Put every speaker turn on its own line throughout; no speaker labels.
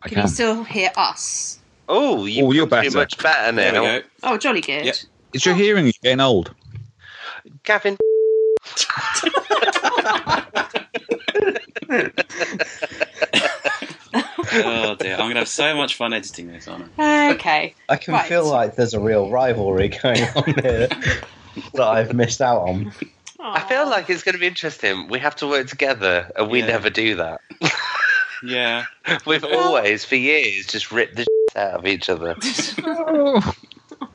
I
Can
can.
you still hear us?
Oh, you've
Oh, you're
got too
better.
much better
There we
now.
go.
Oh, jolly good.
Yeah.
It's your hearing is getting old.
Gavin,
Oh dear, I'm gonna have so much fun editing this, aren't I?
Okay.
I can
Right.
feel like there's a real rivalry going on here that I've missed out on.
I feel like it's going to be interesting. We have to work together, and we
Yeah.
never do that.
Yeah.
We've always, for years, just ripped the shit out of each other.
Oh,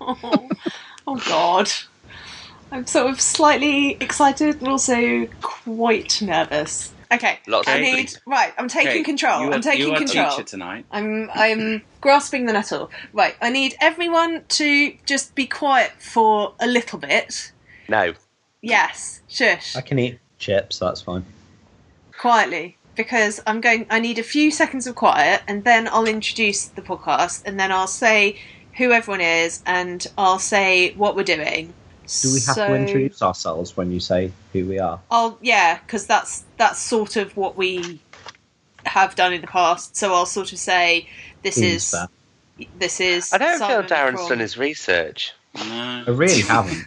Oh, oh God. I'm sort of slightly excited and also quite nervous. Okay.
Lots
I
of
need right. I'm taking
Okay,
control.
You are,
I'm taking
you are
control.
teacher tonight.
I'm I'm grasping the nettle. Right. I need everyone to just be quiet for a little bit.
No,
Yes. Shush.
I can eat chips, that's fine.
quietly because I'm going. I need a few seconds of quiet, and then I'll introduce the podcast, and then I'll say who everyone is, and I'll say what we're doing.
Do we have
So-
to introduce ourselves when you say who we are?
I'll yeah, because that's that's sort of what we have done in the past. So I'll sort of say this
Seems
is
fair.
this is.
I don't
Simon
feel Darren's
from-
done his research.
No.
Oh,
I really haven't.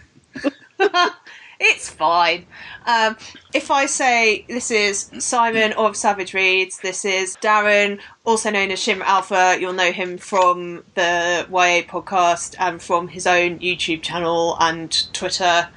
it's fine. Um, if I say this is Simon of Savage Reads, this is Darren, also known as Shim Alpha. You'll know him from the YA podcast and from his own YouTube channel and Twitter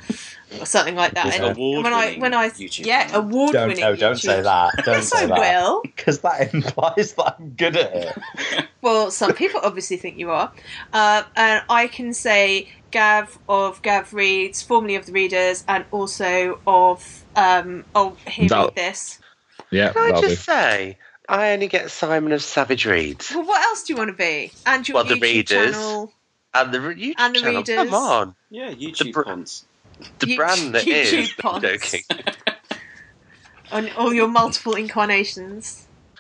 or something like that.
His
And when I
award-winning
when I
YouTube
yeah
channel.
award
Don't,
winning.
no, don't say that. Don't
Yes,
say
I
that.
will.
Because that implies that I'm good at it.
Well, some people obviously think you are. Uh, and I can say Gav of Gav Reads, formerly of The Readers, and also of. Um, oh, here,
No.
read this.
yeah,
Can I
that'll
just say, I only get Simon of Savage Reads
Well, what else do you want to be? And your
Well, The
YouTube
Readers.
channel.
and the re- YouTube
And the
channel.
readers.
Come on,
Yeah, YouTube
br-
cons.
the
You-
brand that is.
YouTube
I'm
pods.
joking.
On all your multiple incarnations.
be.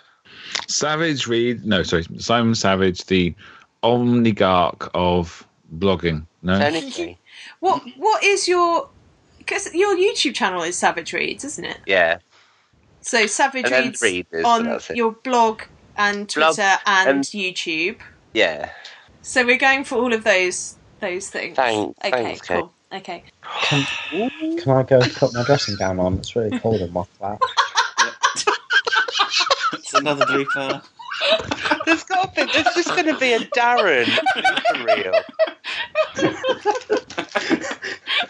Savage Reed. No, sorry, Simon Savage, the omnigarch of blogging. No,
Uh, Technically,
What What is your. Because your YouTube channel is Savage Reads, isn't it?
yeah,
So Savage
and then
Reads
readers. so
on
that's it.
your blog and
Blog
Twitter and,
and-
YouTube.
Yeah,
So we're going for all of those those things.
Thanks-
Okay,
thanks, Kate.
cool. Okay.
Can I go put my dressing gown on? It's really cold in my flat.
It's another blooper.
there's got to be, there's just going to be a Darren for real.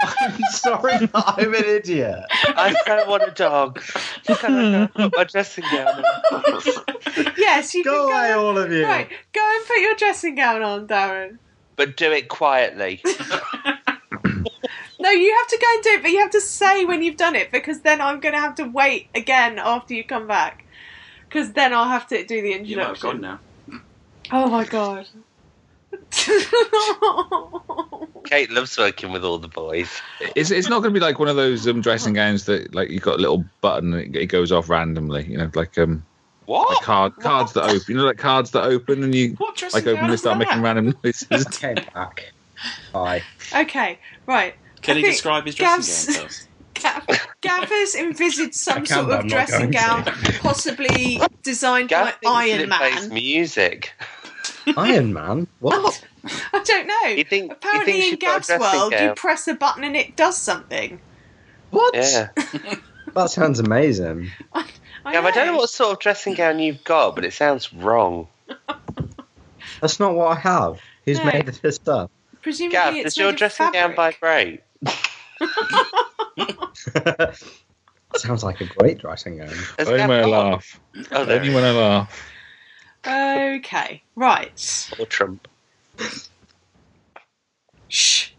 I'm sorry, but I'm an idiot.
I don't want a dog. Can I go put my dressing gown on?
Yes, you
Go
can
away,
go.
all of you.
Right, go and put your dressing gown on, Darren.
But do it quietly.
No, you have to go and do it, but you have to say when you've done it because then I'm going to have to wait again after you come back. Because then I'll have to do the
You might have gone
introduction.
now.
Oh my god.
Kate loves working with all the boys.
it's it's not going to be like one of those um, dressing gowns that like you have got a little button and it, it goes off randomly. You know, like um like
What?
card cards that open. You know, like cards that open and you
What dressing
like open and start making random noises.
Came back. Hi.
okay, right.
Can
I
he
think
describe his dressing
Gav's-
gown first?
Gav- Gavers envisaged some
can,
sort
but
of
I'm not
dressing
going
gown,
to.
possibly designed
Gav
by
thinks that
Iron
it plays
Man.
music.
Iron Man? What?
I don't know.
You think? you
Apparently,
think
in
she's got a
Gav's
dressing
world, you
gown?
press a button and it does something.
What?
Yeah.
That sounds amazing.
I
Yeah, but I don't know
know.
what sort of dressing gown you've got, but it sounds wrong.
That's not what I have. Who's
No.
made this up?
Presumably,
Gav,
it's
does
made
your
of
dressing gown
fabric.
vibrate?
sounds like a great dressing
um,
gown.
Has
Only
Gav
when I
got-
laugh.
Oh, there
Only when I laugh.
Okay, right.
it is. Or Trump.
Shh.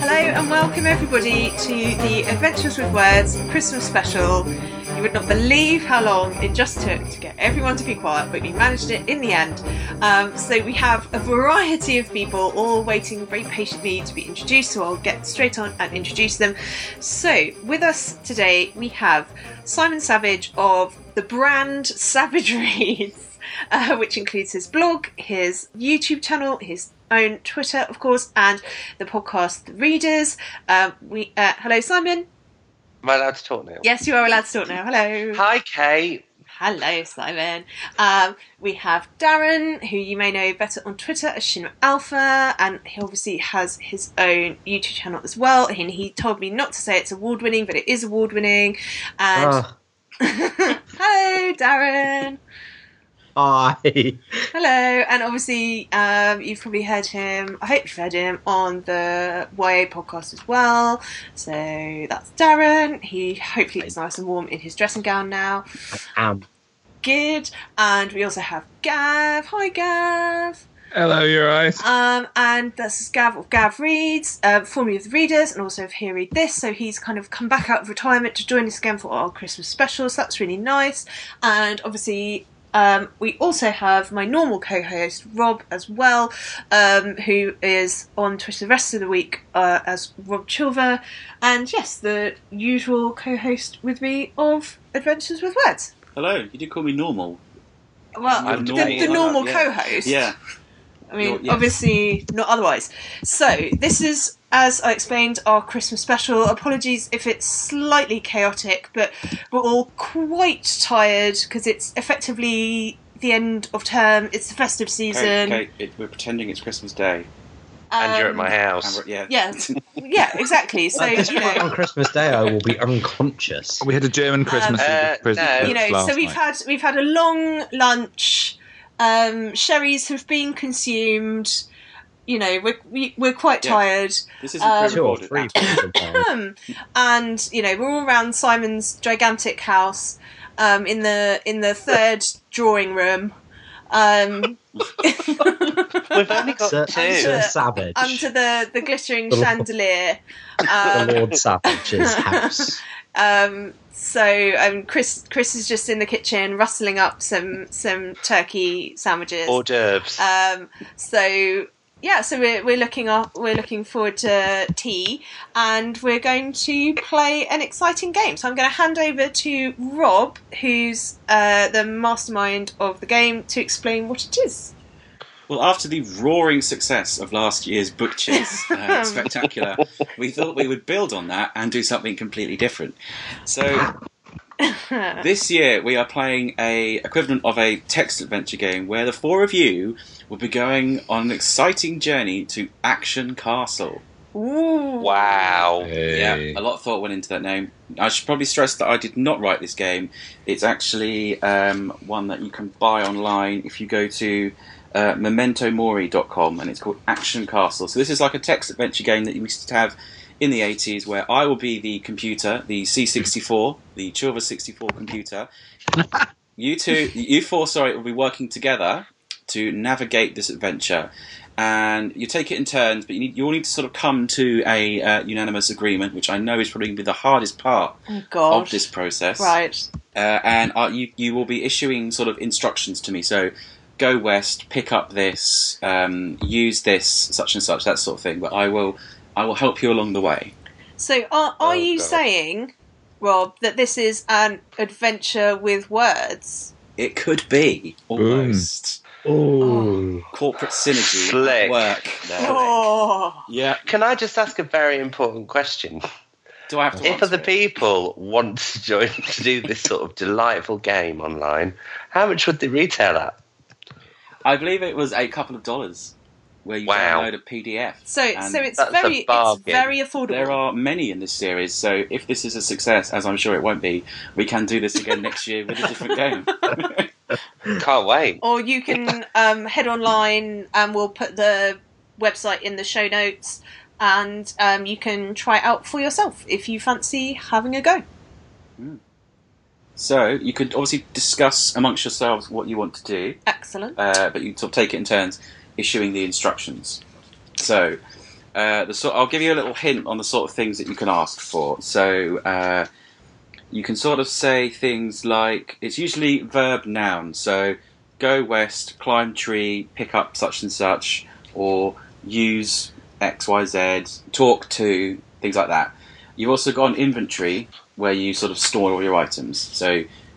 Hello and welcome everybody to the Adventures with Words Christmas special. You would not believe how long it just took to get everyone to be quiet, but we managed it in the end. Um, so we have a variety of people all waiting very patiently to be introduced. So I'll get straight on and introduce them. So with us today we have Simon Savage of the brand Savage Reads, uh, which includes his blog, his YouTube channel, his own Twitter, of course, and the podcast The Readers. Um, we uh, hello Simon.
Am I allowed to talk now?
Yes, you are allowed to talk now. Hello.
Hi, Kate.
Hello, Simon. Um, we have Darren, who you may know better on Twitter as Shinra Alpha, and he obviously has his own YouTube channel as well. And he told me not to say it's award winning, but it is award winning. And
Ah,
hello, Darren.
hi.
Hello, and obviously um, you've probably heard him. I hope you've heard him on the YA podcast as well. So that's Darren. He hopefully is nice and warm in his dressing gown now.
Um,
Good, and we also have Gav. Hi, Gav.
Hello, you're right.
Um, and this is Gav of Gav Reads, uh, formerly of the Readers, and also of Here Read This. So he's kind of come back out of retirement to join us again for our Christmas special. So that's really nice. And obviously, um, we also have my normal co-host Rob as well, um, who is on Twitter the rest of the week uh, as Rob Chilver, and yes, the usual co-host with me of Adventures with Words.
Hello, you did call me normal.
Well,
I'm
the,
normal.
the normal
Yeah.
co-host.
Yeah.
I mean,
Not yet.
obviously not otherwise. So this is, as I explained, our Christmas special. Apologies if it's slightly chaotic, but we're all quite tired because it's effectively the end of term. It's the festive
Kate,
season.
Kate, it, we're pretending it's Christmas Day.
And you're at
Um,
my
And
house.
we're- yeah.
Yeah, yeah, exactly. So
at this
you
point
know,
on Christmas Day, I will be unconscious.
We had a German Christmas Eve
uh,
prison
no.
books
you know.
last
So we've
night.
had we've had a long lunch. Um, sherry's have been consumed. You know, we're we, we're quite
Yeah.
tired.
This isn't
Um,
Two or
pre-recorded.
three people down.
Um, and you know we're all around Simon's gigantic house um, in the in the third drawing room um,
We've only got
Sir,
two.
Sir Savage.
under the the glittering
The Lord-
chandelier.
the
Um,
Lord Savage's house.
um, so um, Chris Chris is just in the kitchen rustling up some some turkey sandwiches.
hors d'oeuvres.
Um, so yeah, so we're we're looking up, we're looking forward to tea, and we're going to play an exciting game. So I'm going to hand over to Rob, who's uh, the mastermind of the game, to explain what it is.
Well, after the roaring success of last year's book chase, uh, spectacular, we thought we would build on that and do something completely different. So this year we are playing a equivalent of a text adventure game where the four of you will be going on an exciting journey to Action Castle.
Ooh.
wow.
Hey.
Yeah, a lot of thought went into that name. I should probably stress that I did not write this game. It's actually um, one that you can buy online if you go to uh, mementomori.com and it's called Action Castle. So this is like a text adventure game that you used to have in the 80s where I will be the computer, the C64, the Chilva 64 computer. you two, you four, sorry, will be working together to navigate this adventure and you take it in turns, but you, need, you all need to sort of come to a uh, unanimous agreement, which I know is probably going to be the hardest part
Oh, God.
of this process.
Right.
Uh, and uh, you, you will be issuing sort of instructions to me. So go west, pick up this, um, use this, such and such, that sort of thing. But I will, I will help you along the way.
So are are
Oh,
you
God.
saying, Rob, that this is an adventure with words?
It could be almost
Oh.
Ooh.
corporate synergy
Mm. Slick.
at work. there.
Oh.
Yeah.
Can I just ask a very important question?
Do I have to?
If
answer
other
it?
people want to join to do this sort of delightful game online, how much would they retail at?
I believe it was a couple of dollars. Where you
Wow.
download a PDF.
So
and
so it's
That's a
very it's
bargain.
very affordable.
There are many in this series, so if this is a success, as I'm sure it won't be, we can do this again next year with a different game.
Can't wait.
or you can um, head online and we'll put the website in the show notes and um, you can try it out for yourself if you fancy having a go
so you could obviously discuss amongst yourselves what you want to do,
excellent
uh, but you sort of take it in turns, issuing the instructions. So uh, the sort, I'll give you a little hint on the sort of things that you can ask for. So uh, you can sort of say things like it's usually verb noun. So go west, climb tree, pick up such and such, or use X Y Z, talk to things like that. You've also got an inventory where you sort of store all your items. So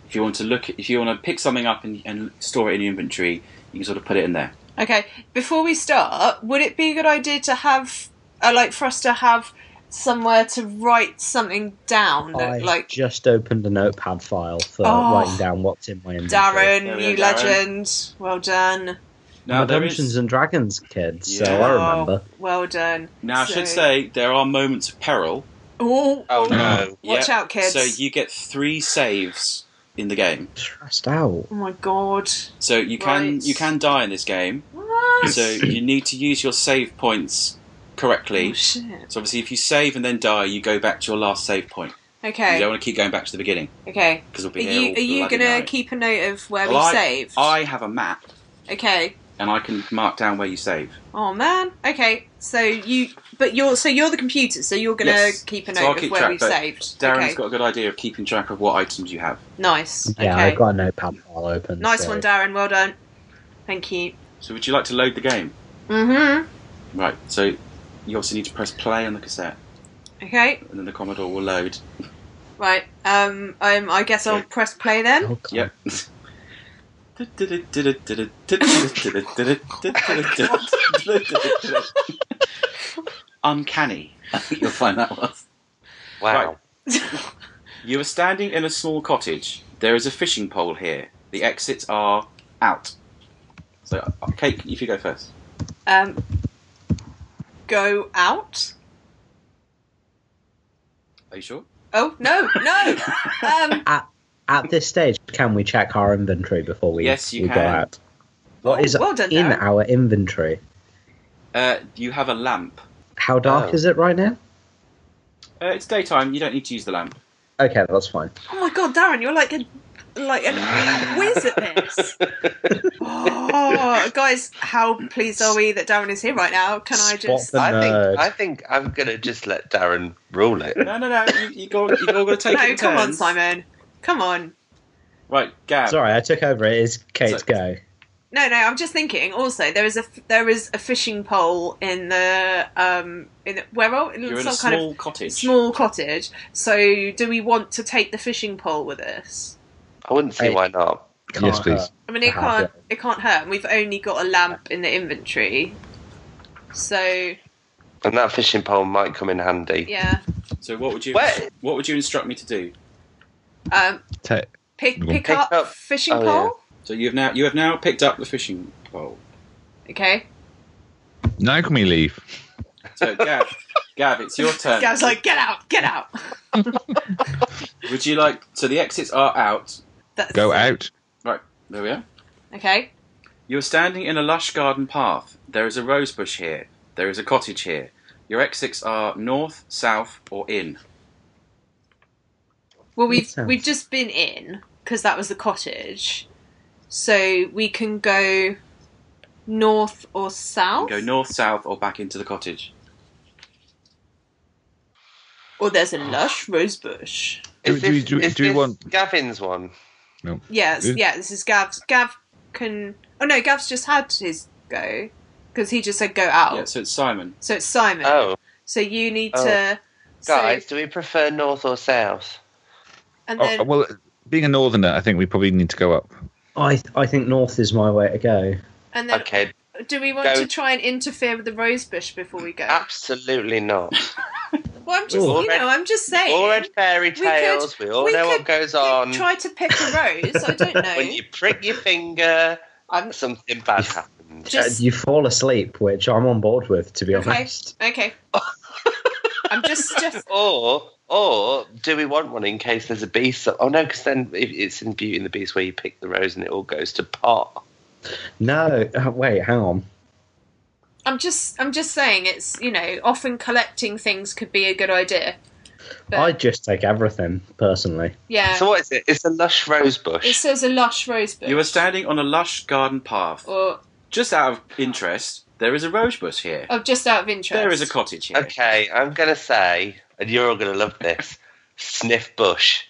if you want to look, if you want to pick something up and, and store it in your inventory, you can sort of put it in there.
okay before we start would it be a good idea to have uh, like for us to have somewhere to write something down.
I
That, like
just opened a notepad file for
Oh.
writing down what's in my inventory.
Darren,
There we
you
go, Darren.
legend. Well done.
I'm
Now,
a
there
Dungeons
is-
and Dragons kid, so
Yeah.
I
Oh,
remember.
well done.
now I should
So-
say there are moments of peril.
Oh,
Oh
no.
no.
Watch
Yeah,
out, kids.
So you get three saves in the game.
Stressed out.
oh my god.
So you can
Right.
you can die in this game.
What?
So you need to use your save
Oh,
points correctly.
shit.
So obviously, if you save and then die, you go back to your last save point. You
Okay.
don't want to keep going back to the beginning
Okay.
because we'll
Are
be here.
you
all
are you
bloody
gonna
night.
keep a note of where
Well,
we
I-
saved?
I have a map
Okay.
and I can mark down where you save.
Oh man. Okay. So you, but you're so you're the computer, so you're gonna
Yes.
keep a
So
note
I'll
of
keep
where
track,
we've
but
saved.
Darren's
okay.
got a good idea of keeping track of what items you have.
nice.
Yeah,
okay.
I've got a notepad file open.
nice
so-
one, Darren. Well done. Thank you.
So would you like to load the game?
Mm-hmm.
Right. So you obviously need to press play on the cassette,
Okay.
and then the Commodore will load.
Right. Um. um I guess I'll
Okay.
press play then.
Oh, God.
Yep. Uncanny. I think You'll find that was.
Wow.
Right. You are standing in a small cottage. There is a fishing pole here. The exits are out. So, uh, Kate, if you go first.
Um. Go out.
Are you sure?
Oh no no. um.
At this stage, can we check our inventory before we,
Yes, you
we go
can.
out? What is
Oh, well done,
in
Darren.
our inventory?
Uh, you have a lamp.
How dark
Oh.
is it right now?
Uh, it's daytime. You don't need to use the lamp.
Okay, that's fine.
Oh my god, Darren, you're like a like a whiz at this. Oh, guys, how pleased are we that Darren is here right now? Can I
Spot
just?
the
I
nerd.
think I think I'm gonna just let Darren rule it.
No, no, no. You, you go, you've all got to take it.
No,
in
come on,
turns.
Simon. Come on.
Right, Gab.
Sorry, I took over. It is Kate's
So-
go.
No, no. I'm just thinking. Also, there is a there is a fishing pole in the um in the, where are in
You're in
some
a
kind
small
of
cottage.
small cottage. So, do we want to take the fishing pole with us?
I wouldn't see
Hey.
why not.
Can't
Yes, please.
hurt.
I mean, it
Ah,
can't
yeah.
it can't hurt. and We've only got a lamp in the inventory, so
And that fishing pole might come in handy.
yeah.
So, what would you
What?
what would you instruct me to do?
Um,
Ta-
Pick,
Mm.
pick,
Pick
up,
up-
fishing
oh,
pole.
So you have now you have now picked up the fishing pole.
Okay.
now can we leave?
So Gav, Gav, it's your turn.
Gav's like, get out, get out.
would you like? So the exits are out.
That's,
Go out.
There we are.
Okay.
You're standing in a lush garden path. There is a rose bush here. There is a cottage here. Your exits are north, south, or in.
Well, we've
Makes sense.
we've just been in because that was the cottage, so we can go north or
You
south.
can go north, south, or back into the cottage.
Or Oh, there's a lush rose bush.
Do-
Is
do we-
this-
do we-
is
do we
this
want-
Gavin's one?
Yes.
Yeah.
Yeah. This is Gav's. Gav can. Oh no, Gav's just had his go because he just said go out.
Yeah. So it's Simon.
So it's Simon.
Oh,
So you need
Oh.
to. so-
guys, do we prefer north or south?
and then
Oh, well, being a northerner, I think we probably need to go up.
I I think north is my way to go. Uh,
and then
Okay,
do we want
go- Ah.
to try and interfere with the rose bush before we go?
absolutely not.
Well, I'm just,
Ooh.
you know, I'm just saying.
all read fairy
could-
tales. We, all
we
know
could
what goes on.
Try to pick a rose. I don't
When
know.
you prick your finger,
I'm
something bad happens.
just
Uh, you fall asleep, which I'm on board with, to be
Okay.
honest.
okay. I'm just just.
Or, or do we want one in case there's a beast? Oh no, because then if it's in Beauty and the Beast where you pick the rose and it all goes to pot.
No, uh, wait, hang on.
I'm just. I'm just saying. It's you know, often collecting things could be a good idea. But
I'd just take everything personally.
yeah,
So what is it? It's a lush rose bush.
it says a lush rose bush.
You are standing on a lush garden path.
or
Just out of interest, there is a rose bush here.
oh, just out of interest.
There is a cottage here.
Okay, I'm gonna say, and you're all gonna love this. Sniff bush.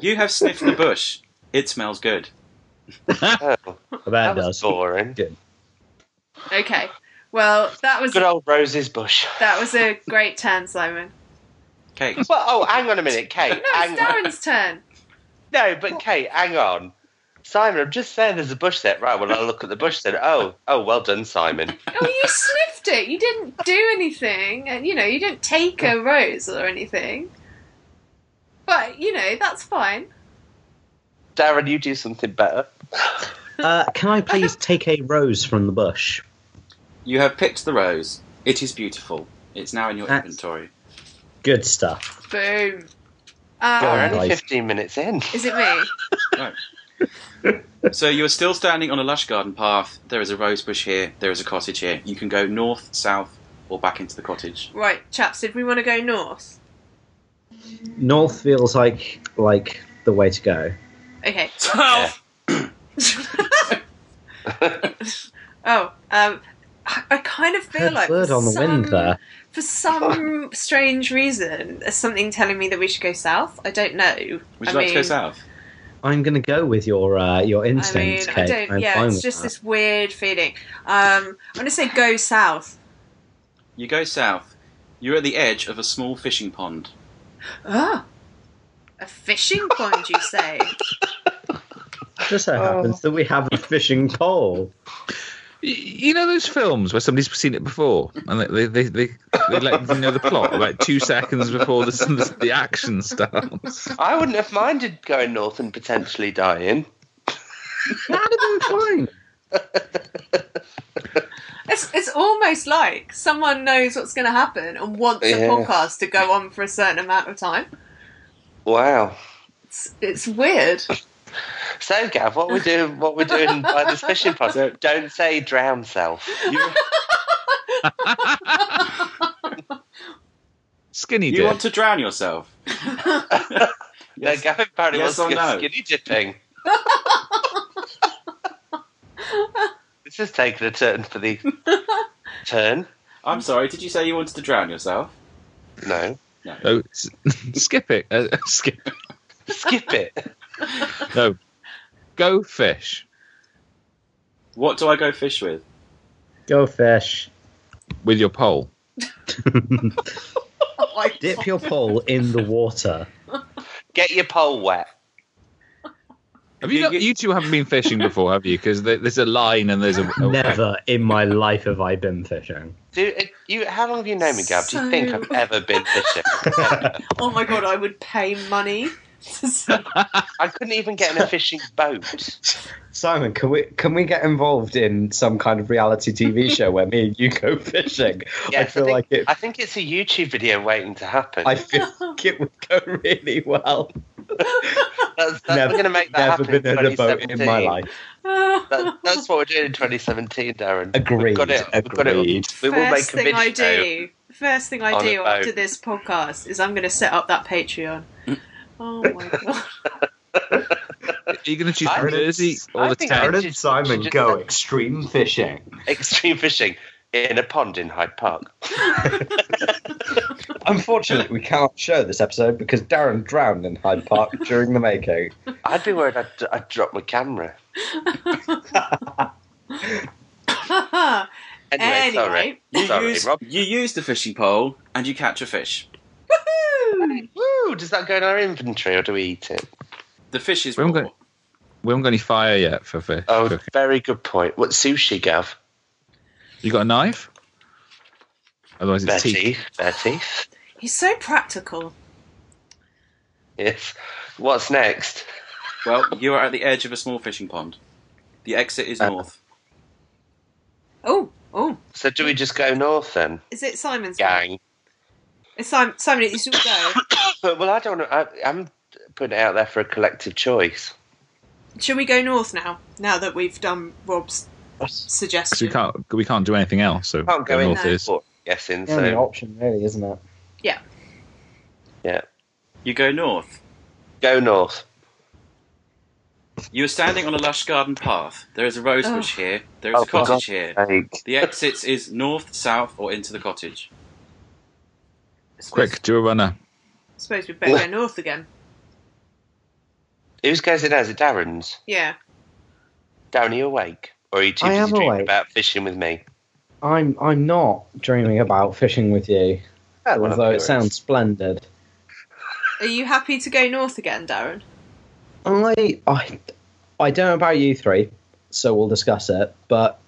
You have sniffed the bush. It smells good.
Oh,
that
that was
does.
boring.
Okay. Well, that was
Good old Rose's bush.
that was a great turn, Simon.
Kate.
Well, oh, hang on a minute, Kate.
No,
hang
it's
on.
Darren's turn.
No, but Kate, hang on. Simon, I'm just saying there's a bush set. Right, well, I'll look at the bush set. Oh, oh, well done, Simon.
Oh, you sniffed it. You didn't do anything, and you know you didn't take a rose or anything. But you know that's fine.
Darren, you do something better.
Uh, can I please take a rose from the bush?
You have picked the rose. It is beautiful. It's now in your
That's-
inventory.
Good stuff.
Boom.
We're
Um,
only
Nice.
15 minutes in.
is it me?
So you're still standing on a lush garden path. There is a rose bush here. There is a cottage here. You can go north, south, or back into the cottage.
Right, chaps. Did we want to go north?
North feels like like the way to go.
Okay.
South.
oh, um, I, I kind of feel
Heard
like
bird
for
on the wind
some-
there.
For some strange reason, there's something telling me that we should go south. I don't know.
Would you
I
like to go
mean-
south?
I'm gonna go with your uh, your
I mean,
instincts,
I
Kate.
don't.
I'm
yeah,
fine
it's
with
just
that.
this weird feeling. Um, I'm gonna say go south.
You go south. You're at the edge of a small fishing pond.
Ah, a fishing pond, you say?
Just so
Oh.
happens that we have a fishing pole.
Y- You know those films where somebody's seen it before and they they they, they, they let you know the plot about two seconds before the, the, the action starts.
I wouldn't have minded going north and potentially dying.
That'd have been fine.
It's it's almost like someone knows what's gonna happen and wants a
Yeah.
podcast to go on for a certain amount of time.
Wow.
It's, it's weird.
So, Gav, what we do? What we're doing by this fishing pond? Don't, don't say drown self.
You,
Skinny
you
dip.
want to drown yourself? Yes.
No, Gav apparently
Yes or
wants to go
no?
skinny dipping. this is taking a turn for the turn.
I'm sorry. Did you say you wanted to drown yourself?
No,
Oh, s- skip it. Uh, skip.
skip it.
No. Go fish
What do I go fish with?
Go fish.
with your pole.
Like,
Dip your pole in the water.
Get your pole wet.
Have you, not, you two haven't been fishing before, have you? Because there's a line and there's a. a-
Never in my life have I been fishing.
Do uh, you? How long have you known me, Gav? Do
So-
you think I've ever been fishing?
oh my god, I would pay money. to see-
I couldn't even get in a fishing boat.
Simon, can we can we get involved in some kind of reality TV show where me and you go fishing? I
Yes, I
feel
think-
like it.
I think it's a YouTube video waiting to happen.
I feel like it would go really well.
that's that's
never-
going to make that
Never
happen.
been in a boat in my
2017.
life.
That, that's what we're doing in 2017, Darren.
Agreed.
got it. We've got it.
Agreed.
We will make
First
a
thing
video.
I do. First thing I
on
do
a
after
boat.
this podcast is I'm going to set up that Patreon.
Mm.
oh my god.
Are you going to choose
I think-
Jersey or
I
the
think
town?
I-
Darren and Simon
Just-
go extreme fishing.
Extreme fishing in a pond in Hyde Park.
Unfortunately, we cannot show this episode because Darren drowned in Hyde Park during the making.
I'd be worried I'd, I'd drop my camera. Anyway,
anyway.
You,
sorry. Sorry,
use,
Rob.
you use the fishing pole and you catch a fish.
Woo!
Woo, does that go in our inventory or do we eat it?
The fish is
We
raw.
haven't got- We haven't got any fire yet for fish.
Oh,
cooking.
very good point. What sushi, Gav?
You got a knife? Otherwise, it's
Betty.
teeth.
Betty.
He's so practical.
Yes. What's next?
Well, you are at the edge of a small fishing pond. The exit is
Uh,
north.
Oh, oh.
So do we just go north then,
Is it Simon's? one?
gang?
It's Simon, Simon, it's your go.
well, I don't know. I, I'm putting it out there for a collective choice.
Shall we go north now? Now that we've done Rob's
Because we
suggestion.
can't, we can't do anything else. So
Can't go
the
in
north
there.
is.
Or guessing.
Only
So
option, really, isn't it?
You go north.
go north.
You are standing on a lush garden path. There is a rose
Oh.
bush here. There is
Oh,
a
for
cottage
God's
here.
Like,
The exit is north, south, or into the cottage.
Quick, do a runner.
suppose we better go north again.
whose goes it now? Is it Darren's?
Yeah.
Darren, are you awake? Or are you too
I
busy
am
dreaming
awake.
about fishing with me?
I'm I'm not dreaming about fishing with you,
well,
although
I'm
it sounds splendid.
Are you happy to go north again, Darren?
I I I don't know about you three, so we'll discuss it. But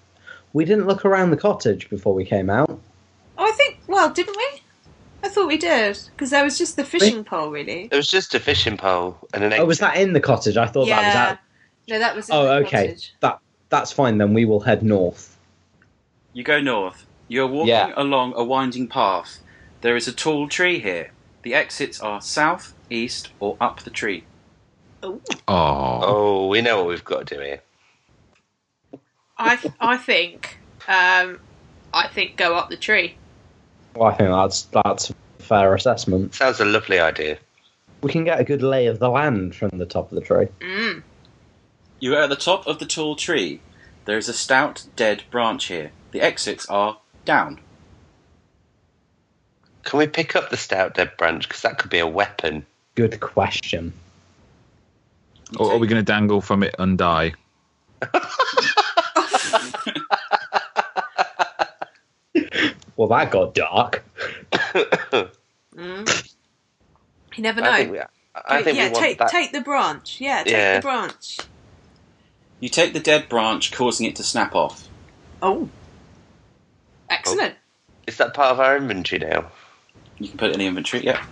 we didn't look around the cottage before we came out.
Oh, I think. Well, didn't we? I thought we did because there was just the fishing pole, really.
It was just a fishing pole and an egg.
Oh, was that in the cottage? I thought that was
yeah.
out.
No, that was. in
Oh,
the
okay.
cottage.
That that's fine then. We will head north.
You go north. You're walking
Yeah.
along a winding path. There is a tall tree here. The exits are south, east, or up the tree.
Oh,
Oh, we know what we've got to do here.
I th- I think. Um, I think go up the tree.
Well, I think that's that's a fair assessment.
Sounds a lovely idea.
We can get a good lay of the land from the top of the tree.
Mm.
You are at the top of the tall tree. There is a stout, dead branch here. The exits are down.
Can we pick up the stout dead branch? Because that could be a weapon.
Good question.
You
or Oh, are
take-
we going to dangle from it and die?
Well, that got dark.
Mm. You never know.
I think we, I think
yeah,
we want
take
that.
take the branch. Yeah, take
Yeah.
the branch.
You take the dead branch, causing it to snap off.
Oh, excellent.
Is that part of our inventory now?
You can put it in the inventory, yeah.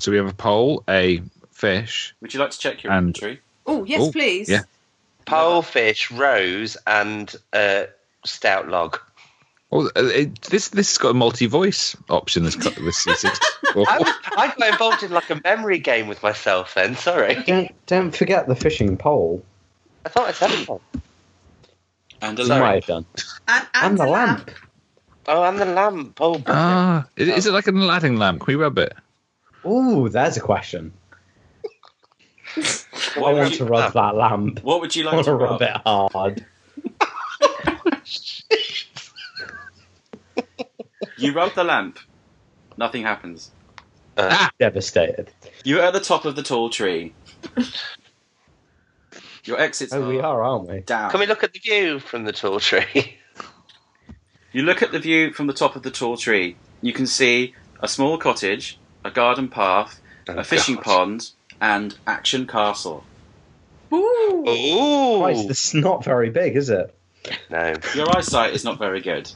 So we have a pole, a fish.
Would you like to check your
And-
inventory?
Oh, yes,
Oh,
please.
yeah.
Pole, fish, rose, and uh, stout log.
Oh, uh, it, this this has got a multi voice option. This co- this is Ah,
I, was, I got involved in like a memory game with myself then, sorry.
Don't don't forget the fishing pole.
I thought I said one.
And a
You
lamp.
might have done.
And, and
And the
a
lamp.
Oh, and the lamp. Oh,
ah, is, is it like an Aladdin lamp? Can we rub it?
Ooh, there's a question. I
What would,
want to
you,
rub that lamp.
what would you
I
like
want to
to
rub
rub?
it hard.
You rub the lamp. Nothing happens.
Devastated.
You are at the top of the tall tree. Your exits
Oh,
are,
we are, aren't we?
down.
Can we look at the view from the tall tree?
You look at the view from the top of the tall tree. You can see a small cottage, a garden path, a fishing pond, and Action Castle.
Ooh.
Ooh.
Christ, it's not very big, is it?
No.
Your eyesight is not very good.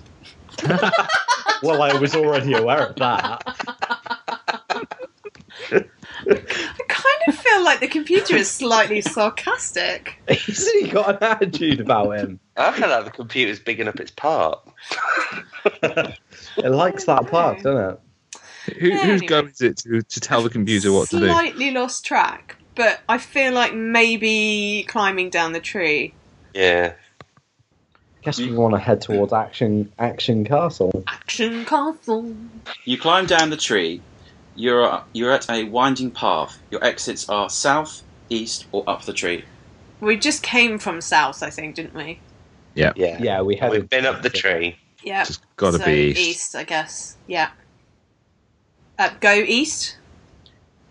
Well, I was already aware of that.
I kind of feel like the computer is slightly sarcastic.
He's he got an attitude about him.
I feel like the computer's bigging up its part.
It likes that part, doesn't it?
Who, Whose
Anyway.
job is it to, to tell the computer what to do?
slightly lost track, but I feel like maybe climbing down the tree.
Yeah.
Guess we want to head towards Action Action Castle.
Action castle.
You climb down the tree. You're you're at a winding path. Your exits are south, east, or up the tree.
We just came from south, I think, didn't we?
Yeah.
Yeah, we headed.
We've been up the tree.
Yeah.
It's got to
so
be east.
I guess. Yeah. Uh, go east.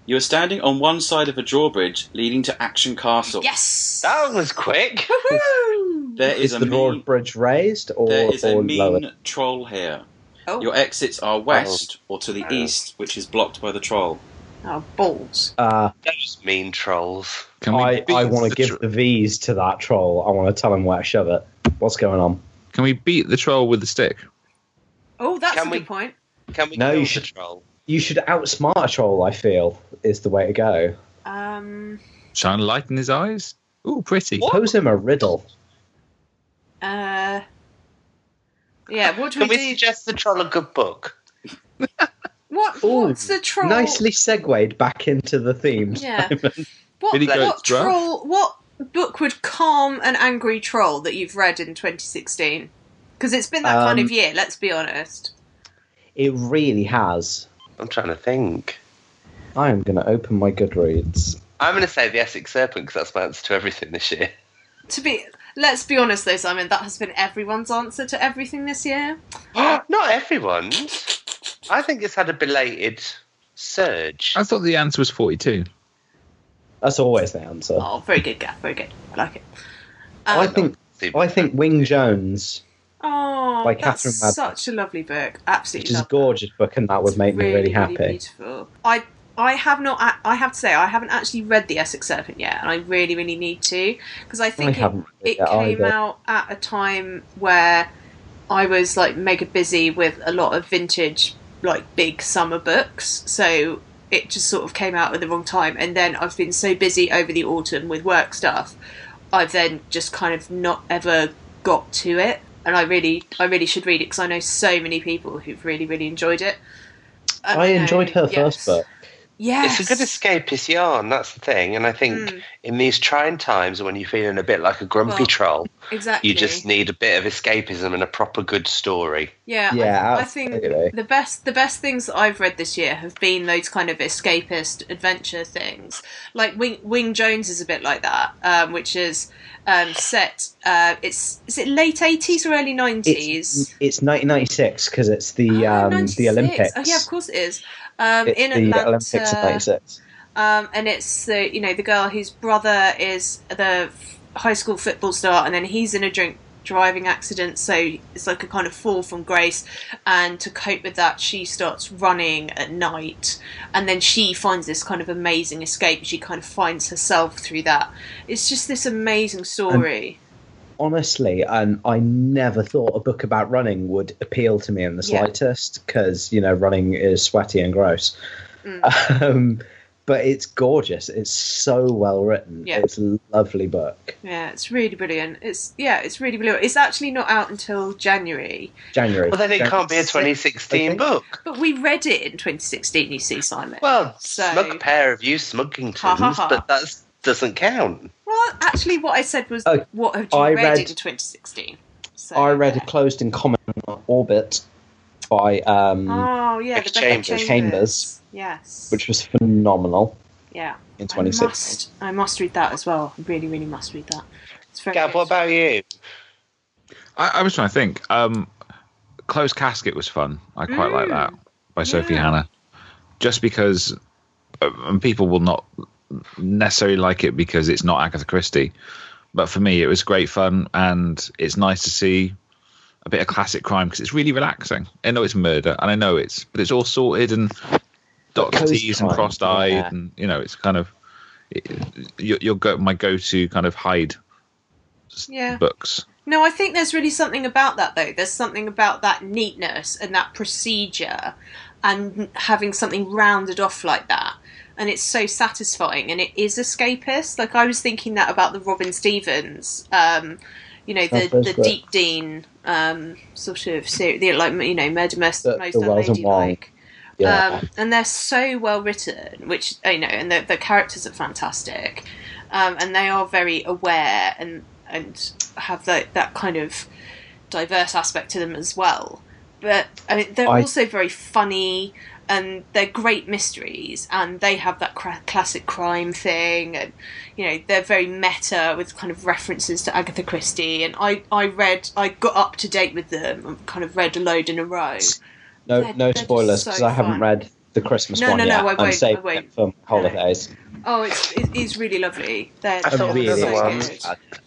You are standing on one side of a drawbridge leading to Action Castle.
Yes.
That was quick.
Woohoo!
There is,
Is
a
the
mean,
drawbridge raised or,
there is a
or lowered?
mean troll here.
Oh.
Your exits are west or to the
Oh.
east, which is blocked by the troll.
oh, balls.
Uh,
Those mean trolls.
Can we
I,
beat
I want
the
to give
tro-
the V's to that troll. I want to tell him where to shove it. What's going on?
Can we beat the troll with the stick?
Oh, that's
Can
a
we-
good point.
Can we
No,
kill the
you should-
troll?
You should outsmart a troll, I feel, is the way to go.
Um,
Shine a light in his eyes. Ooh, pretty.
Pose him a riddle.
uh, yeah, what do
Can
we,
we
do?
suggest the troll a good book?
What,
Ooh,
what's the troll?
Nicely segued back into the theme.
Yeah. What,
Billy
what
Goat's Gruff?
troll? What book would calm an angry troll that you've read in 2016? Because it's been that kind
Um,
of year. Let's be honest.
It really has.
I'm trying to think.
I am going to open my Goodreads.
I'm going to say the Essex Serpent because that's my answer to everything this year.
To be, let's be honest though, Simon. That has been everyone's answer to everything this year.
Not everyone's. I think it's had a belated surge.
I thought the answer was 42.
That's always the answer.
Oh, very good, Gav. Very good. I like it.
I
Um,
think I think Wing Jones,
oh,
by
that's
Catherine Webb.
such a lovely book. Absolutely,
which is a
love
gorgeous book, and that would
It's
make me really happy.
beautiful. I I have not. a- I have to say, I haven't actually read the Essex Serpent yet, and I really, really need to because I think it,
haven't read it
it
yet
came
either.
out at a time where I was like mega busy with a lot of vintage, like big summer books. So it just sort of came out at the wrong time, and then I've been so busy over the autumn with work stuff, I've then just kind of not ever got to it. And I really, I really should read it because I know so many people who've really, really enjoyed it. And
I
know-
enjoyed her
uh, yes.
first book.
Yes.
It's a good escapist yarn, that's the thing. And I think
Mm.
in these trying times when you're feeling a bit like a grumpy
Well,
troll,
Exactly.
you just need a bit of escapism and a proper good story.
yeah.
Yeah,
I, I think
absolutely.
the best the best things that I've read this year have been those kind of escapist adventure things. Like Wing, Wing Jones is a bit like that, um, which is um, set. Uh, it's is it late eighties or early
It's,
nineties? Ah,
it's 1996 because it's the um, the Olympics.
Oh yeah, of course it is. Um,
It's
in
the
Atlanta,
Olympics of 96.
um, and it's the you know the girl whose brother is the f- high school football star, and then he's in a drink driving accident, so it's like a kind of fall from grace. And to cope with that, she starts running at night, and then she finds this kind of amazing escape. She kind of finds herself through that. It's just this amazing story.
Honestly, and I never thought a book about running would appeal to me in the
Yeah.
slightest because you know running is sweaty and gross.
Mm.
Um, but it's gorgeous. It's so well written.
Yeah.
It's a lovely book.
yeah, it's really brilliant. It's yeah, it's really brilliant. It's actually not out until January,
January.
Well, then it
January
can't be a
6th, I
2016
think.
book.
but we read it in 2016. You see, Simon.
Well,
So-
smug pair of
Ha,
you
ha, ha.
smuggingtons, but that doesn't count.
Well, actually, what I said was,
Oh,
what have you
I
read,
read-
in 2016? So,
I read
yeah.
a closed and common orbit by um,
Oh yeah, the
Beck
Becca
Chambers.
Chambers.
Chambers.
Yes.
which was phenomenal
yeah.
in
I
2016.
must. I must read that as well. I really, really must read that. It's very.
Gav,
good.
what about you?
I, I was trying to think. Um, Closed Casket was fun. I quite like
Mm.
that by Sophie
Yeah.
Hannah. Just because, uh, and people will not necessarily like it because it's not Agatha Christie, but for me it was great fun and it's nice to see a bit of classic crime because it's really relaxing. I know it's murder and I know it's, but it's all sorted and dot
Closed
T's and
crime,
crossed eyed
yeah.
and you know it's kind of it, your, your go my go to kind of hide s-
Yeah.
books.
No, I think there's really something about that though. There's something about that neatness and that procedure, and having something rounded off like that. And it's so satisfying, and it is escapist. Like I was thinking that about the Robin Stevens, um, you know, the,
Oh, first
the
book.
Deep Dean um, sort of series, the, like you know, Murder Most,
The-
most
the Wells and Wong.
Unladylike.
Yeah.
Um, and they're so well written, which you know, and the, the characters are fantastic, um, and they are very aware and and have that that kind of diverse aspect to them as well. But I mean, they're
I-
also very funny, and they're great mysteries, and they have that cra- classic crime thing, and you know they're very meta with kind of references to Agatha Christie. And I I read I got up to date with them and kind of read a load in a row.
no,
they're-
no
they're just
spoilers
so
because I haven't
fun.
read the Christmas
No,
one
no, no,
yet.
I
I'm
won't,
saving
I won't.
it for holidays.
Oh, it's it is really lovely. They're,
I thought
A
they're
of
really
another
so
one.
good.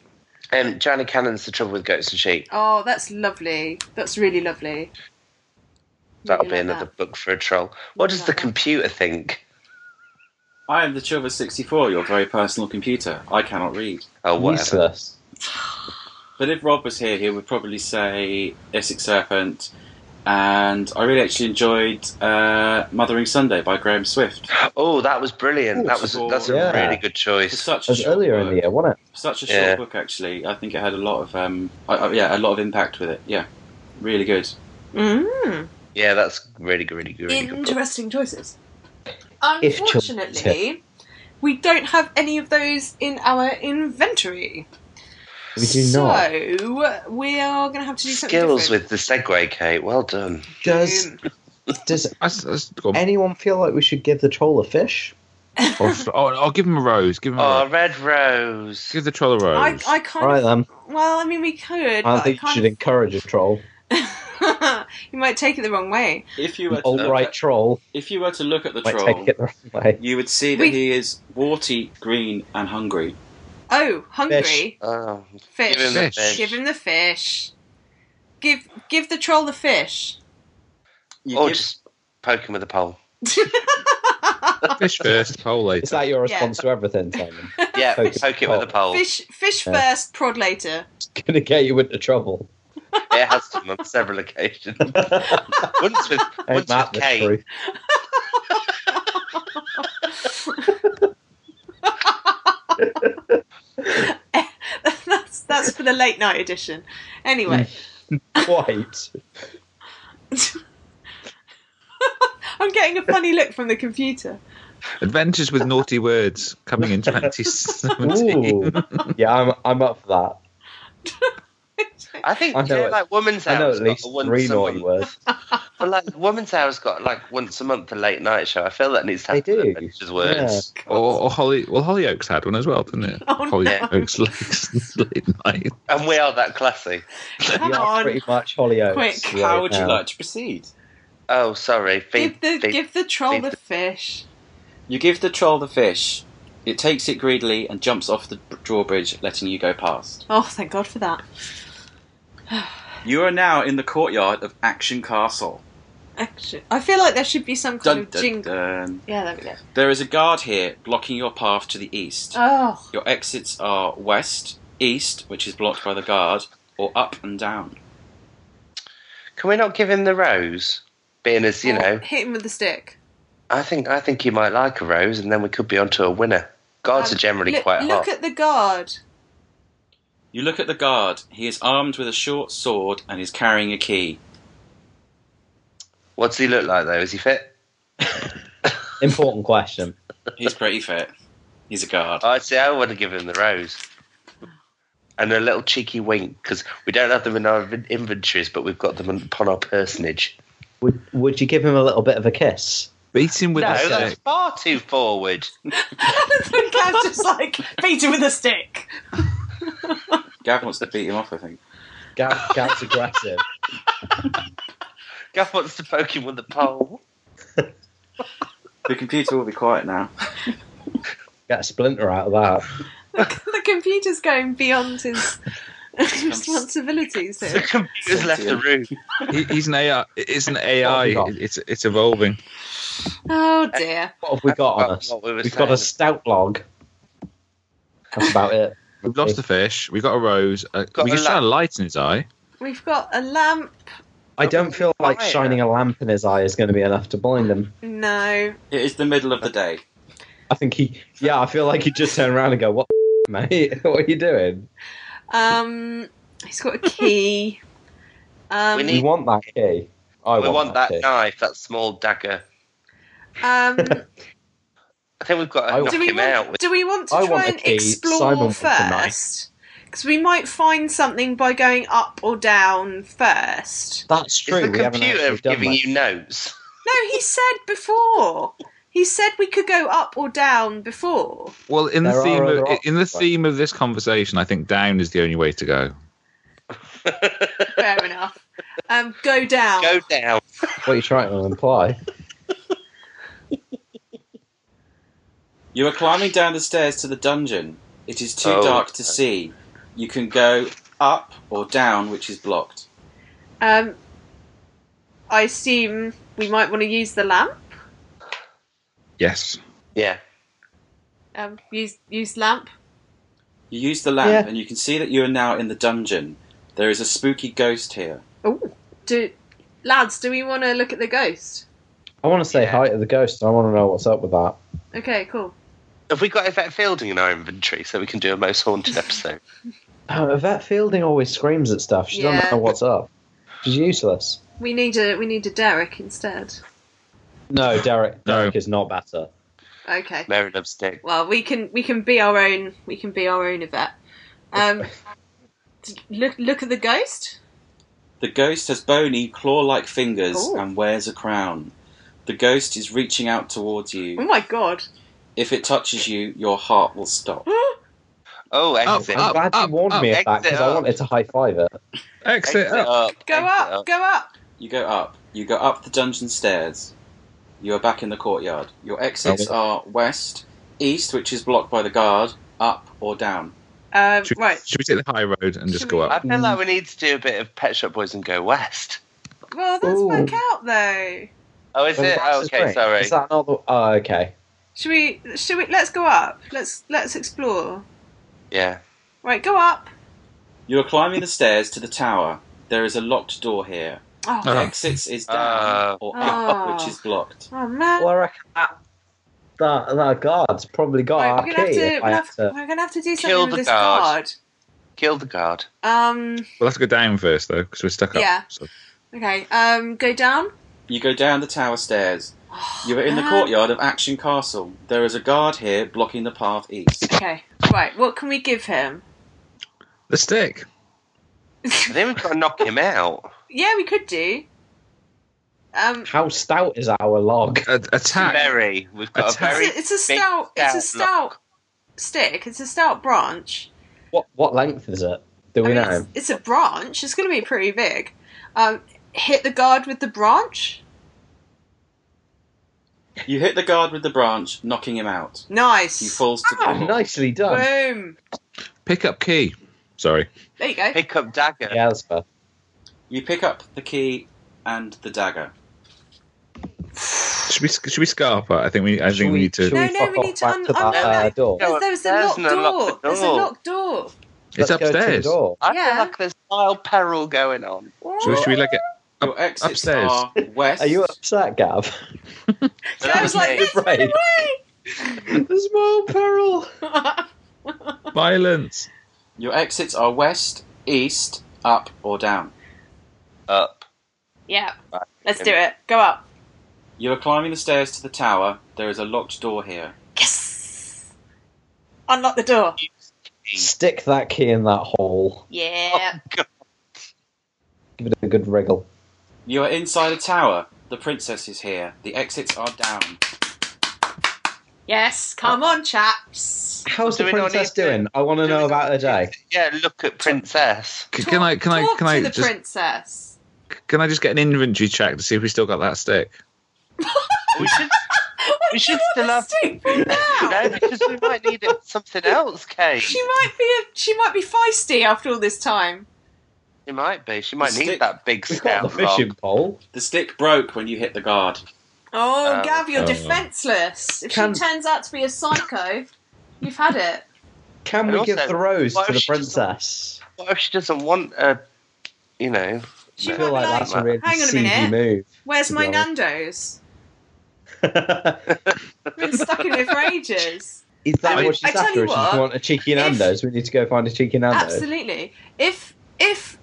Um, Johnny Cannon's The Trouble with Goats and Sheep.
Oh, that's lovely. That's really lovely.
That'll
Really
be
like
another
that.
book for a troll. What does the
like that.
computer think?
I am the Chilver 64, your very personal computer. I cannot read.
Oh, whatever.
Useless.
But if Rob was here, he would probably say Essex Serpent. And I really actually enjoyed uh, Mothering Sunday by Graham Swift.
Oh, that was brilliant.
Ooh,
That was
so-
that's
Yeah.
a really good
It's
choice.
such
It
a
was
short
earlier in
book.
the year, wasn't it?
Such a
Yeah.
short book, actually. I think it had a lot of, um, I, I, yeah, a lot of impact with it. Yeah, really good.
Mm.
Yeah, that's really good, really good, really good. book.
Interesting choices.
If
Unfortunately, we don't have any of those in our inventory.
We do not.
So we are going to have to do something
Skills
different.
with the segue, Kate. Well done.
Does
Um,
does
I s- I s- go on.
anyone feel like we should give the troll a fish?
Or f- oh, I'll give him a rose.
Hmm.
Give him a
Oh,
Um,
rose.
Red Rose.
Give the troll a
I,
rose.
I kind
All right
of.
then.
Well, I mean, we could.
I
but
don't think you
kind
should encourage a troll.
of- you might take it the wrong way.
If you were
An
to
all
look
Oh, right
at,
troll
if you were to look at the
might
troll,
take it the wrong way.
you would see that
We-
he is warty, green, and hungry.
Oh, hungry
Oh,
fish.
give him the
Fish.
fish.
Give him the fish. Give give the troll the fish.
You
Or
Oh,
give-
just poke him with a pole.
Fish first, pole later.
Is that your
Yeah.
response to everything, Simon?
Yeah,
Poke it
poke it
with
with
a
a pole.
Fish, fish
Oh. Yeah.
first, prod later.
It's going to get you into trouble.
It has done on several occasions. once with
Ain't
once with
that the
Kate.
truth?
that's that's for the late night edition. Anyway,
Quite.
I'm getting a funny look from the computer.
Adventures with naughty words coming in 2017.
Ooh. yeah, I'm, I'm up for that.
I think
I
you
know
know,
it.
like woman's
I know
hour's
at
got
least
a once
three
a
naughty
month.
words.
But like woman's hour's got like once a month a late night show. I feel that needs to
They
have
do.
adventures words.
or, or Holly, well, Hollyoaks had one as well, didn't it?
Oh, no.
Hollyoaks late, late night.
And we are that classy.
Come
you are
on,
pretty much Hollyoaks.
Quick.
right
How would you
now.
like to proceed?
Oh, sorry.
give
Feed,
the
feed-
give the troll
feed
the
the-
fish.
You give the troll the fish. It takes it greedily and jumps off the b- drawbridge, letting you go past.
Oh, thank God for that.
You are now in the courtyard of Action Castle.
Actually, I feel like there should be some kind
Dun,
of
dun,
jingle.
dun.
Yeah, there we go.
There is a guard here blocking your path to the east.
Oh,
Your exits are west, east, which is blocked by the guard, or up and down.
Can we not give him the rose? Being as you know,
oh, hit him with the stick.
I think I think he might like a rose, and then we could be onto a winner. Guards
Um,
are generally
look,
quite
Look
hot.
at the guard.
You look at the guard. He is armed with a short sword and is carrying a key.
What's he look like though? Is he fit?
Important question.
He's pretty fit. He's a guard.
I'd say I want to give him the rose. And a little cheeky wink because we don't have them in our in- inventories, but we've got them upon our personage.
Would Would you give him a little bit of a kiss?
Beat him with
No,
a
that's
stick.
far too forward.
the guy's just like beat him with a stick.
Gav wants to beat him off, I think.
Gav, Gav's aggressive.
Gav wants to poke him with the pole.
The computer will be quiet now.
Get a splinter out of that.
The, the computer's going beyond his responsibilities.
The
Here.
computer's left the room.
He, he's an AI. It's an
Oh,
AI.
hang on.
It- it's it's evolving.
Oh dear.
What have we got on
Well,
us?
what we were
We've got a
saying.
stout log. That's about it.
We've lost the fish. We've got a rose. Uh,
Got
we
a
can shine a
lamp.
light in his eye.
We've got a lamp.
I don't feel like
Fire.
shining a lamp in his eye is going to be enough to blind him.
No.
It is the middle of the day.
I think he, yeah, I feel like he'd just turn around and go, "What, the f- mate? What are you doing?
Um, he's got a key. Um,
We
We
need-
want that key. I
we want that
key.
knife, that small dagger.
um,
I think we've got
I-
to knock
do we
him out.
want? Do we want to
I
try
want a
and
key. Simon
explore
wants a knife.
first? Because we might find something by going up or down first.
That's
Is
true.
the
we haven't
computer
actually done
giving
that.
you notes?
No, he said before. He said we could go up or down before.
Well, in
There
the
are
theme
other
of,
options,
in the
right?
theme of this conversation, I think down is the only way to go.
Fair enough. Um, go down.
Go down.
What are you trying to imply?
You are climbing down the stairs to the dungeon. It is too
Oh.
dark to see. You can go up or down, which is blocked.
Um, I assume we might want to use the lamp.
Yes.
Yeah.
Um, use use lamp.
You use the lamp,
Yeah.
and you can see that you are now in the dungeon. There is a spooky ghost here.
Oh, do lads, do we want to look at the ghost?
I want to say
Yeah.
hi to the ghost. and I want to know what's up with that.
Okay, cool.
Have we got Yvette Fielding in our inventory so we can do a most haunted episode?
Oh, Yvette Fielding always screams at stuff. She
Yeah.
doesn't know what's up. She's useless.
We need a we need a Derek instead.
No, Derek.
No.
Derek is not better.
Okay.
Mary loves Dick.
Well, we can we can be our own we can be our own Yvette. Um, d- look look at the ghost.
The ghost has bony, claw like fingers
Ooh.
and wears a crown. The ghost is reaching out towards
Oh
you.
my god.
If it touches you, your heart will stop.
Oh, exit.
I'm
Up,
glad
up,
you warned
up.
me of that
Exit
because I
up.
wanted to high five it.
Exit. up.
Go
Exit
up, go up.
You go up. You go up the dungeon stairs. You are back in the courtyard. Your exits are west, east, which is blocked by the guard, up or down.
Um,
Should,
right.
Should we take the high road and just
Should
go
we-
up?
I feel like we need to do a bit of Pet Shop Boys and go west.
Well, that's
Ooh.
back out though.
Oh, is it? Oh, okay, sorry.
Is that not the? Oh, okay.
Should we? Should we? Let's go up. Let's let's explore.
Yeah.
Right, go up.
You are climbing the stairs to the tower. There is a locked door here.
Oh,
Oh.
Exits is down
Uh.
or up,
Oh.
which is blocked.
oh man.
Well, I reckon that, that, that guard's probably got
Right,
our
we're
key.
gonna have to,
if I
we'll
had
have,
to.
we're gonna have to do something
Kill
with
the
this
guard.
guard.
Kill the guard.
Um,
We'll have to go down first though because we're stuck up.
Yeah.
So-
okay. Um, go down. Um,
You go down the tower stairs. You are in the
man.
courtyard of Action Castle. There is a guard here blocking the path east.
Okay. Right. What can we give him?
the stick.
I think we've got to knock him out.
Yeah, we could do. Um,
How stout is our log?
A- attack.
Very. We've got
Attack.
it's
a very.
a, it's a
big
stout. It's a
lock.
stout stick. It's a stout branch.
What what length is it? Do
I
we
mean,
know?
it's, it's a branch. It's going to be pretty big. Um, hit the guard with the branch.
You hit the guard with the branch, knocking him out.
Nice.
He falls to the
Ah,
floor.
nicely done.
Boom.
Pick up key. Sorry.
There you go.
Pick up dagger.
Yeah, that's fair.
You pick up the key and the dagger.
Should we should we scarper? I think we I think we need to.
should
No, no,
fuck
we
off
need to
back
un-
to that,
unlock
uh,
it.
door.
There's, there's a
There's
locked
no
door.
locked
There's a
door.
locked door.
It's
Let's go to the
upstairs. Should
door.
I
Yeah.
feel like there's mild peril going on.
we, should we like it?
Your exits
upstairs.
are west.
Are you upset, Gav?
So I was like,
me.
there's
Right. There's more peril.
Violence.
Your exits are west, east, up, or down.
Up.
Yeah. Let's do it. Go up.
You are climbing the stairs to the tower. There is a locked door here.
Yes. Unlock the door.
Stick that key in that hole.
Yeah.
Give it a good wriggle.
You are inside a tower. The princess is here. The exits are down.
Yes. Come on, chaps.
How's
Do we
the
not
princess
need to-
doing? I want to
Do we
know
not
about her day.
Yeah, look at Princess.
C-
Talk-
can I can I
talk
can
to
I
the
just
princess?
can I just get an inventory check to see if we still got that stick?
We should, we should still have.
Stupid now.
No, because we might need it for something else, Kate.
She might be. A, she might be feisty after all this time.
She might be. She might
The
need
stick-
that big
We've got the
scout rock.
fishing pole.
The stick broke when you hit the guard.
Oh,
Oh.
Gav, you're
Oh.
defenseless. If
Can-
she turns out to be a psycho, you've had it.
Can
And
we give
also,
the rose
why
to
was
the
she just-
princess?
What if she doesn't want a, you know,
She
I
might
feel
be
like
like,
that's a really
hang on a
seedy
minute.
move.
"Where's my
No.
Nando's? I've been stuck in here for ages."
Is that
I mean,
what
I
she's
tell
after?
you
If
what,
you want a cheeky Nando's, we need to go find a cheeky Nando's.
Absolutely. If if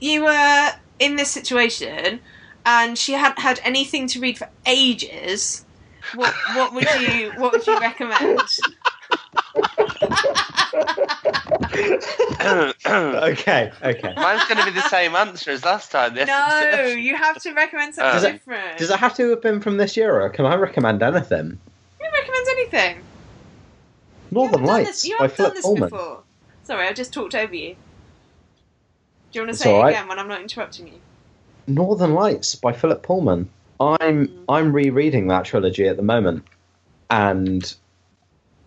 you were in this situation and she hadn't had anything to read for ages, what what would you what would you recommend?
mine's
Okay, okay.
going to be the same answer as last time. The
No,
essence of-
you have to recommend
Uh,
something
Does it-
different.
Does it have to have been from this year, or can I recommend anything?
You can recommend anything. you
Northern
haven't done this,
Lights
you
by
haven't done
Philip
this
Pullman.
before. Sorry, I just talked over you. Do you want
It's
to say
all
it
right.
again when I'm not interrupting you?
Northern Lights by Philip Pullman.
Mm.
I'm I'm rereading that trilogy at the moment, and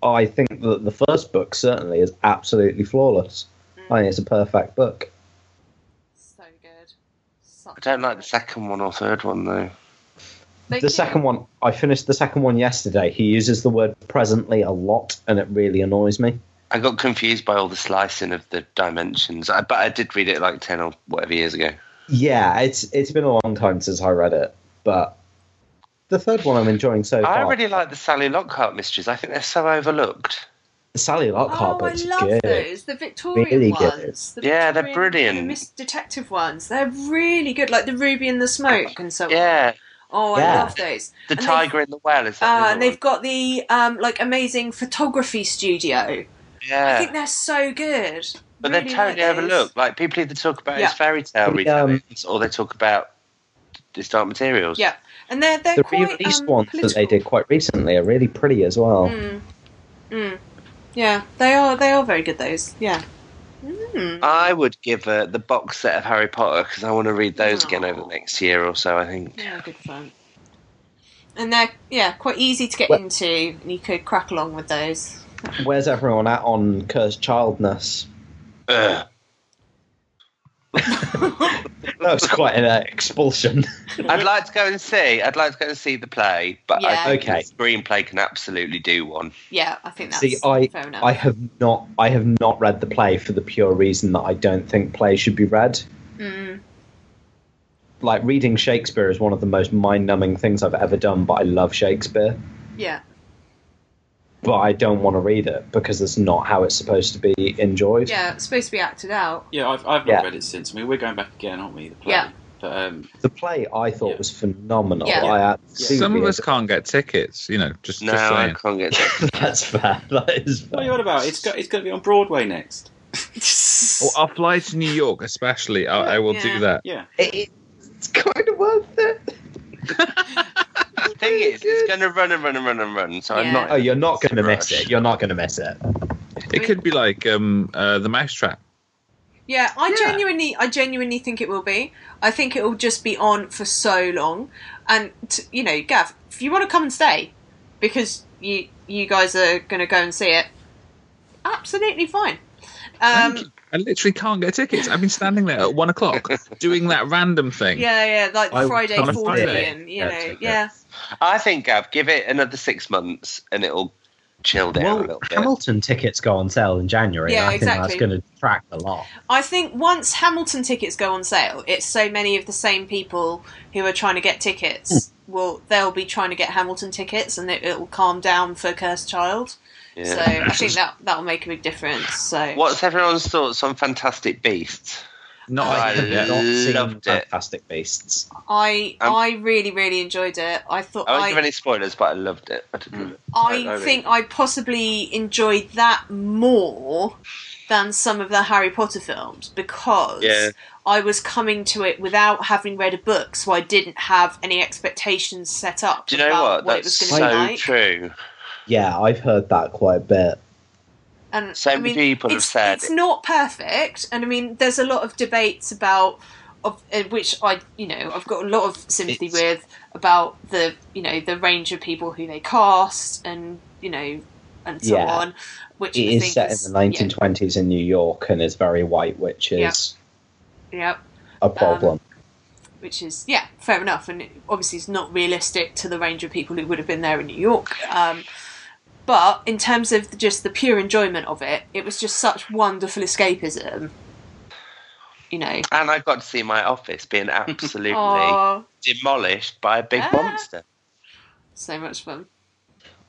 I think that the first book certainly is absolutely flawless.
Mm.
I think it's a perfect book.
So good.
I don't like the second one or third one though.
The second one, I finished the second one yesterday. He uses the word presently a lot, and it really annoys me.
I got confused by all the slicing of the dimensions. I, but I did read it like ten or whatever years ago.
Yeah, it's it's been a long time since I read it, but the third one I'm enjoying so far.
I really like the Sally Lockhart mysteries. I think they're so overlooked.
the Sally Lockhart
Oh, I
books. are
love
good.
those. The Victorian
Really good.
ones. The
Yeah, they're
Victorian-
brilliant.
The mis- detective ones. They're really good, like the Ruby and the Smoke and so on.
Yeah,
Oh, I
Yeah.
love those.
the
And
Tiger in the Well is
They've, uh,
that
and
the
they've
one?
got the um, like amazing photography studio. I think
Yeah,
they're so good.
but
Really
they're
like
totally
those.
overlooked. Like people either talk about
Yeah.
his fairy tale
The, um,
retellings or they talk about his dark materials.
Yeah. And they're they're
The
quite
re-released
um,
ones that they
political.
did quite recently are really pretty as well.
Mm. Mm. Yeah, they are they are very good. Those. Yeah. Mm.
I would give uh, the box set of Harry Potter because I want to read those again
Aw.
over the next year or so. I think.
Yeah, good fun. And they're yeah quite easy to get
Well-
into, and you could crack along with those.
Where's everyone at on Cursed Childness?
Ugh.
That was quite an uh, expulsion.
I'd like to go and see. I'd like to go and see the play, but
Yeah.
I think
Okay.
the screenplay can absolutely do one.
Yeah, I think that's
See, I-
fair enough.
I have not. I have not read the play for the pure reason that I don't think plays should be read.
Mm,
Like reading Shakespeare is one of the most mind-numbing things I've ever done. But I love Shakespeare,
yeah.
but I don't want to read it because it's not how it's supposed to be enjoyed.
Yeah, it's supposed to be acted out.
Yeah, I've, I've not
Yeah.
read it since. I mean, we're going back again, aren't we? The play.
Yeah.
But um,
The play I thought
Yeah.
was phenomenal.
Yeah.
I absolutely
Some of us
adore-
can't get tickets, you know. Just,
No,
just
I
saying.
can't get that.
That's fair. That is
what are you
fair.
on about? It's got, it's going to be on Broadway next.
Or I'll fly to New York, especially. I, I will
Yeah.
do that.
Yeah.
It- it's kind of worth it.
The thing is, it's going to run and run and run and run. So
Yeah.
I'm not.
Oh, you're not going to miss
Rush.
it. You're not going to miss it.
It could be like um, uh, the Mousetrap.
Yeah, I
Yeah.
genuinely, I genuinely think it will be. I think it will just be on for so long, and t- you know, Gav, if you want to come and stay, because you you guys are going to go and see it, absolutely fine. Um,
Thank you. I literally can't get tickets. I've been standing there at one o'clock doing that random thing.
yeah, yeah, like
I would
Friday
come and
forty,
see it.
and you know,
Yeah,
yeah,
I think, Gav, give it another six months and it'll chill down a
Well,
little bit.
Hamilton tickets go on sale in January.
Yeah,
and I think
exactly.
that's going to track a lot.
I think once Hamilton tickets go on sale, it's so many of the same people who are trying to get tickets. Well, they'll be trying to get Hamilton tickets, and it, it'll calm down for Cursed Child. So
Yeah.
I think that that'll make a big difference. So
What's everyone's thoughts on Fantastic Beasts?
Not
I
like
Yeah.
Not seen
Loved it.
Fantastic Beasts.
I
Um,
I really really enjoyed it. I thought
I won't give
I
any spoilers, but I loved it. I did love it.
I,
I- I really-
think I possibly enjoyed that more than some of the Harry Potter films because
Yeah.
I was coming to it without having read a book, so I didn't have any expectations set up.
Do you know
about
what?
it
That's
was
so
going to be like.
true.
Yeah, I've heard that quite a bit.
And
So
I
many
mean,
people have
it's,
said
it's not perfect, and I mean, there's a lot of debates about of uh, which I, you know, I've got a lot of sympathy
It's-
with about the, you know, the range of people who they cast, and you know, and so
Yeah.
on. Which
It
I
is
think
set
is-
in the 1920s in New York and is very white, which
Yeah. Um,
is
Yeah, yeah,
a problem.
which is yeah, fair enough, and it obviously it's not realistic to the range of people who would have been there in New York. Um, but in terms of the, just the pure enjoyment of it, it was just such wonderful escapism. You know,
And I got to see my office being absolutely
Aw.
demolished by a big
Ah.
monster.
so much fun.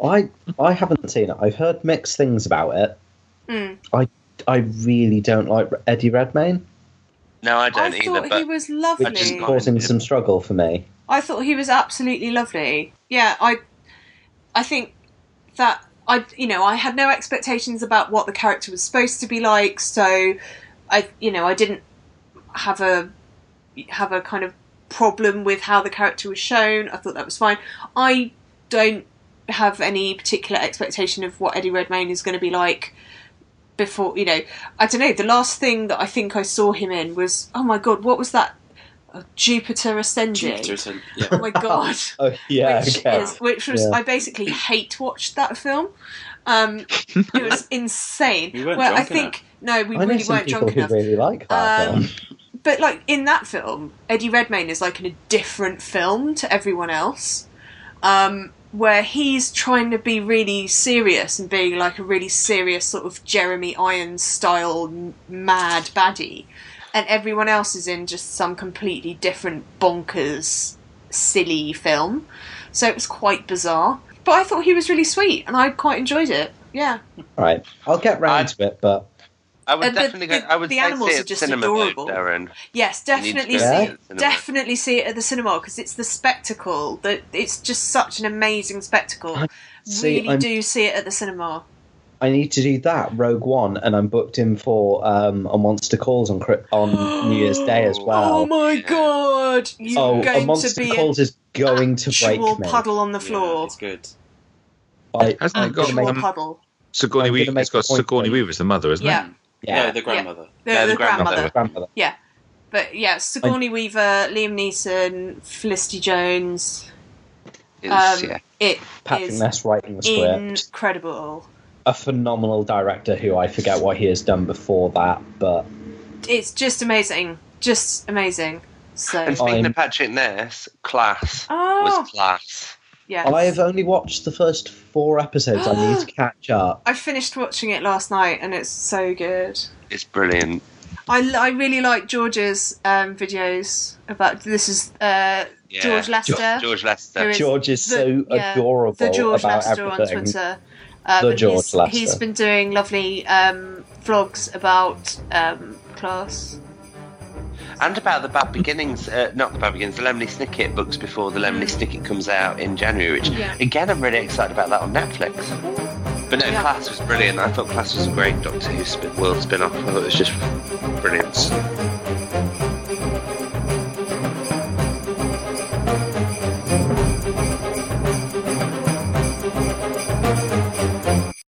I I haven't seen it. I've heard mixed things about it.
Mm.
I really don't like Eddie Redmayne,
No, I
I
don't either.
thought he
But
was
which
I didn't
is
lovely.
mind
causing
it.
some struggle for me.
I thought he was absolutely lovely. Yeah, I, I think that I, you know, I had no expectations about what the character was supposed to be like, so I, you know, I didn't have a have a kind of problem with how the character was shown. I thought that was fine. I don't have any particular expectation of what Eddie Redmayne is going to be like before you know i don't know the last thing that i think i saw him in was oh my god what was that oh, jupiter ascending
Jupiter Ascend- yeah.
oh my god
Oh yeah,
which
okay.
is which was
Yeah.
i basically hate watched that film um it was insane
We weren't
well i
drunk
think no we
I know
really
some
weren't
people
drunk
who
enough
really like that.
Um,
film.
but like in that film, Eddie Redmayne is like in a different film to everyone else, um, where he's trying to be really serious and being like a really serious sort of Jeremy Irons style m- mad baddie, and everyone else is in just some completely different bonkers, silly film. So it was quite bizarre, but I thought he was really sweet, and I quite enjoyed it. Yeah,
Right, I'll get round to it, but
I would
and uh, the-
definitely
the-
go. I would
the
say
animals
see
are
it
just
cinema
adorable.
Though, Darren.
yes,
You need to
definitely see
go see
Yeah.
it at the cinema.
definitely see it at the cinema because it's the spectacle that it's just such an amazing spectacle
I- see,
really
I'm-
do see it at the cinema
I need to do that Rogue One, and I'm booked in for um, a Monster Calls on Chri- on New Year's Day as well.
oh my
yeah.
god you're
Oh, a
going to
Monster
be an
Calls is going to break
actual
me.
puddle on the
Yeah,
floor
it's good.
I,
Hasn't
I'm
it got
gonna make-
actual
um,
puddle
Sigourney
I'm gonna
Weaver.
make
It's got
a point
Sigourney
for
Weaver as the mother, isn't
yeah
it?
No,
yeah,
the grandmother.
the,
No,
the,
the
grandmother,
grandmother.
grandmother.
but yeah Sigourney Weaver Liam Neeson Felicity Jones
It's-
Um,
yeah.
It
Patrick
is
Ness writing the script.
incredible
A phenomenal director who I forget what he has done before that, but
it's just amazing just amazing. So,
And speaking
I'm-
of Patrick Ness, class
oh,
was class.
yes.
I've only watched the first four episodes. I need to catch up.
I finished watching it last night and it's so good.
It's brilliant.
I, I really like George's um, videos about this is uh,
Yeah.
George Lester.
George
Who
Lester.
is-
George is so
the- yeah,
adorable
the George
about
Lester on
everything.
Twitter. Uh,
The
but
George
he's,
Lester.
He's been doing lovely um, vlogs about um, class.
And about the Bad Beginnings, uh, not the Bad Beginnings, the Lemony Snicket books before the Lemony
Mm.
Snicket comes out in January, which
Yeah.
again I'm really excited about that on Netflix. But no,
Yeah.
Class was brilliant. I thought Class was a great Doctor Who spin- world spin off. I thought it was just brilliant.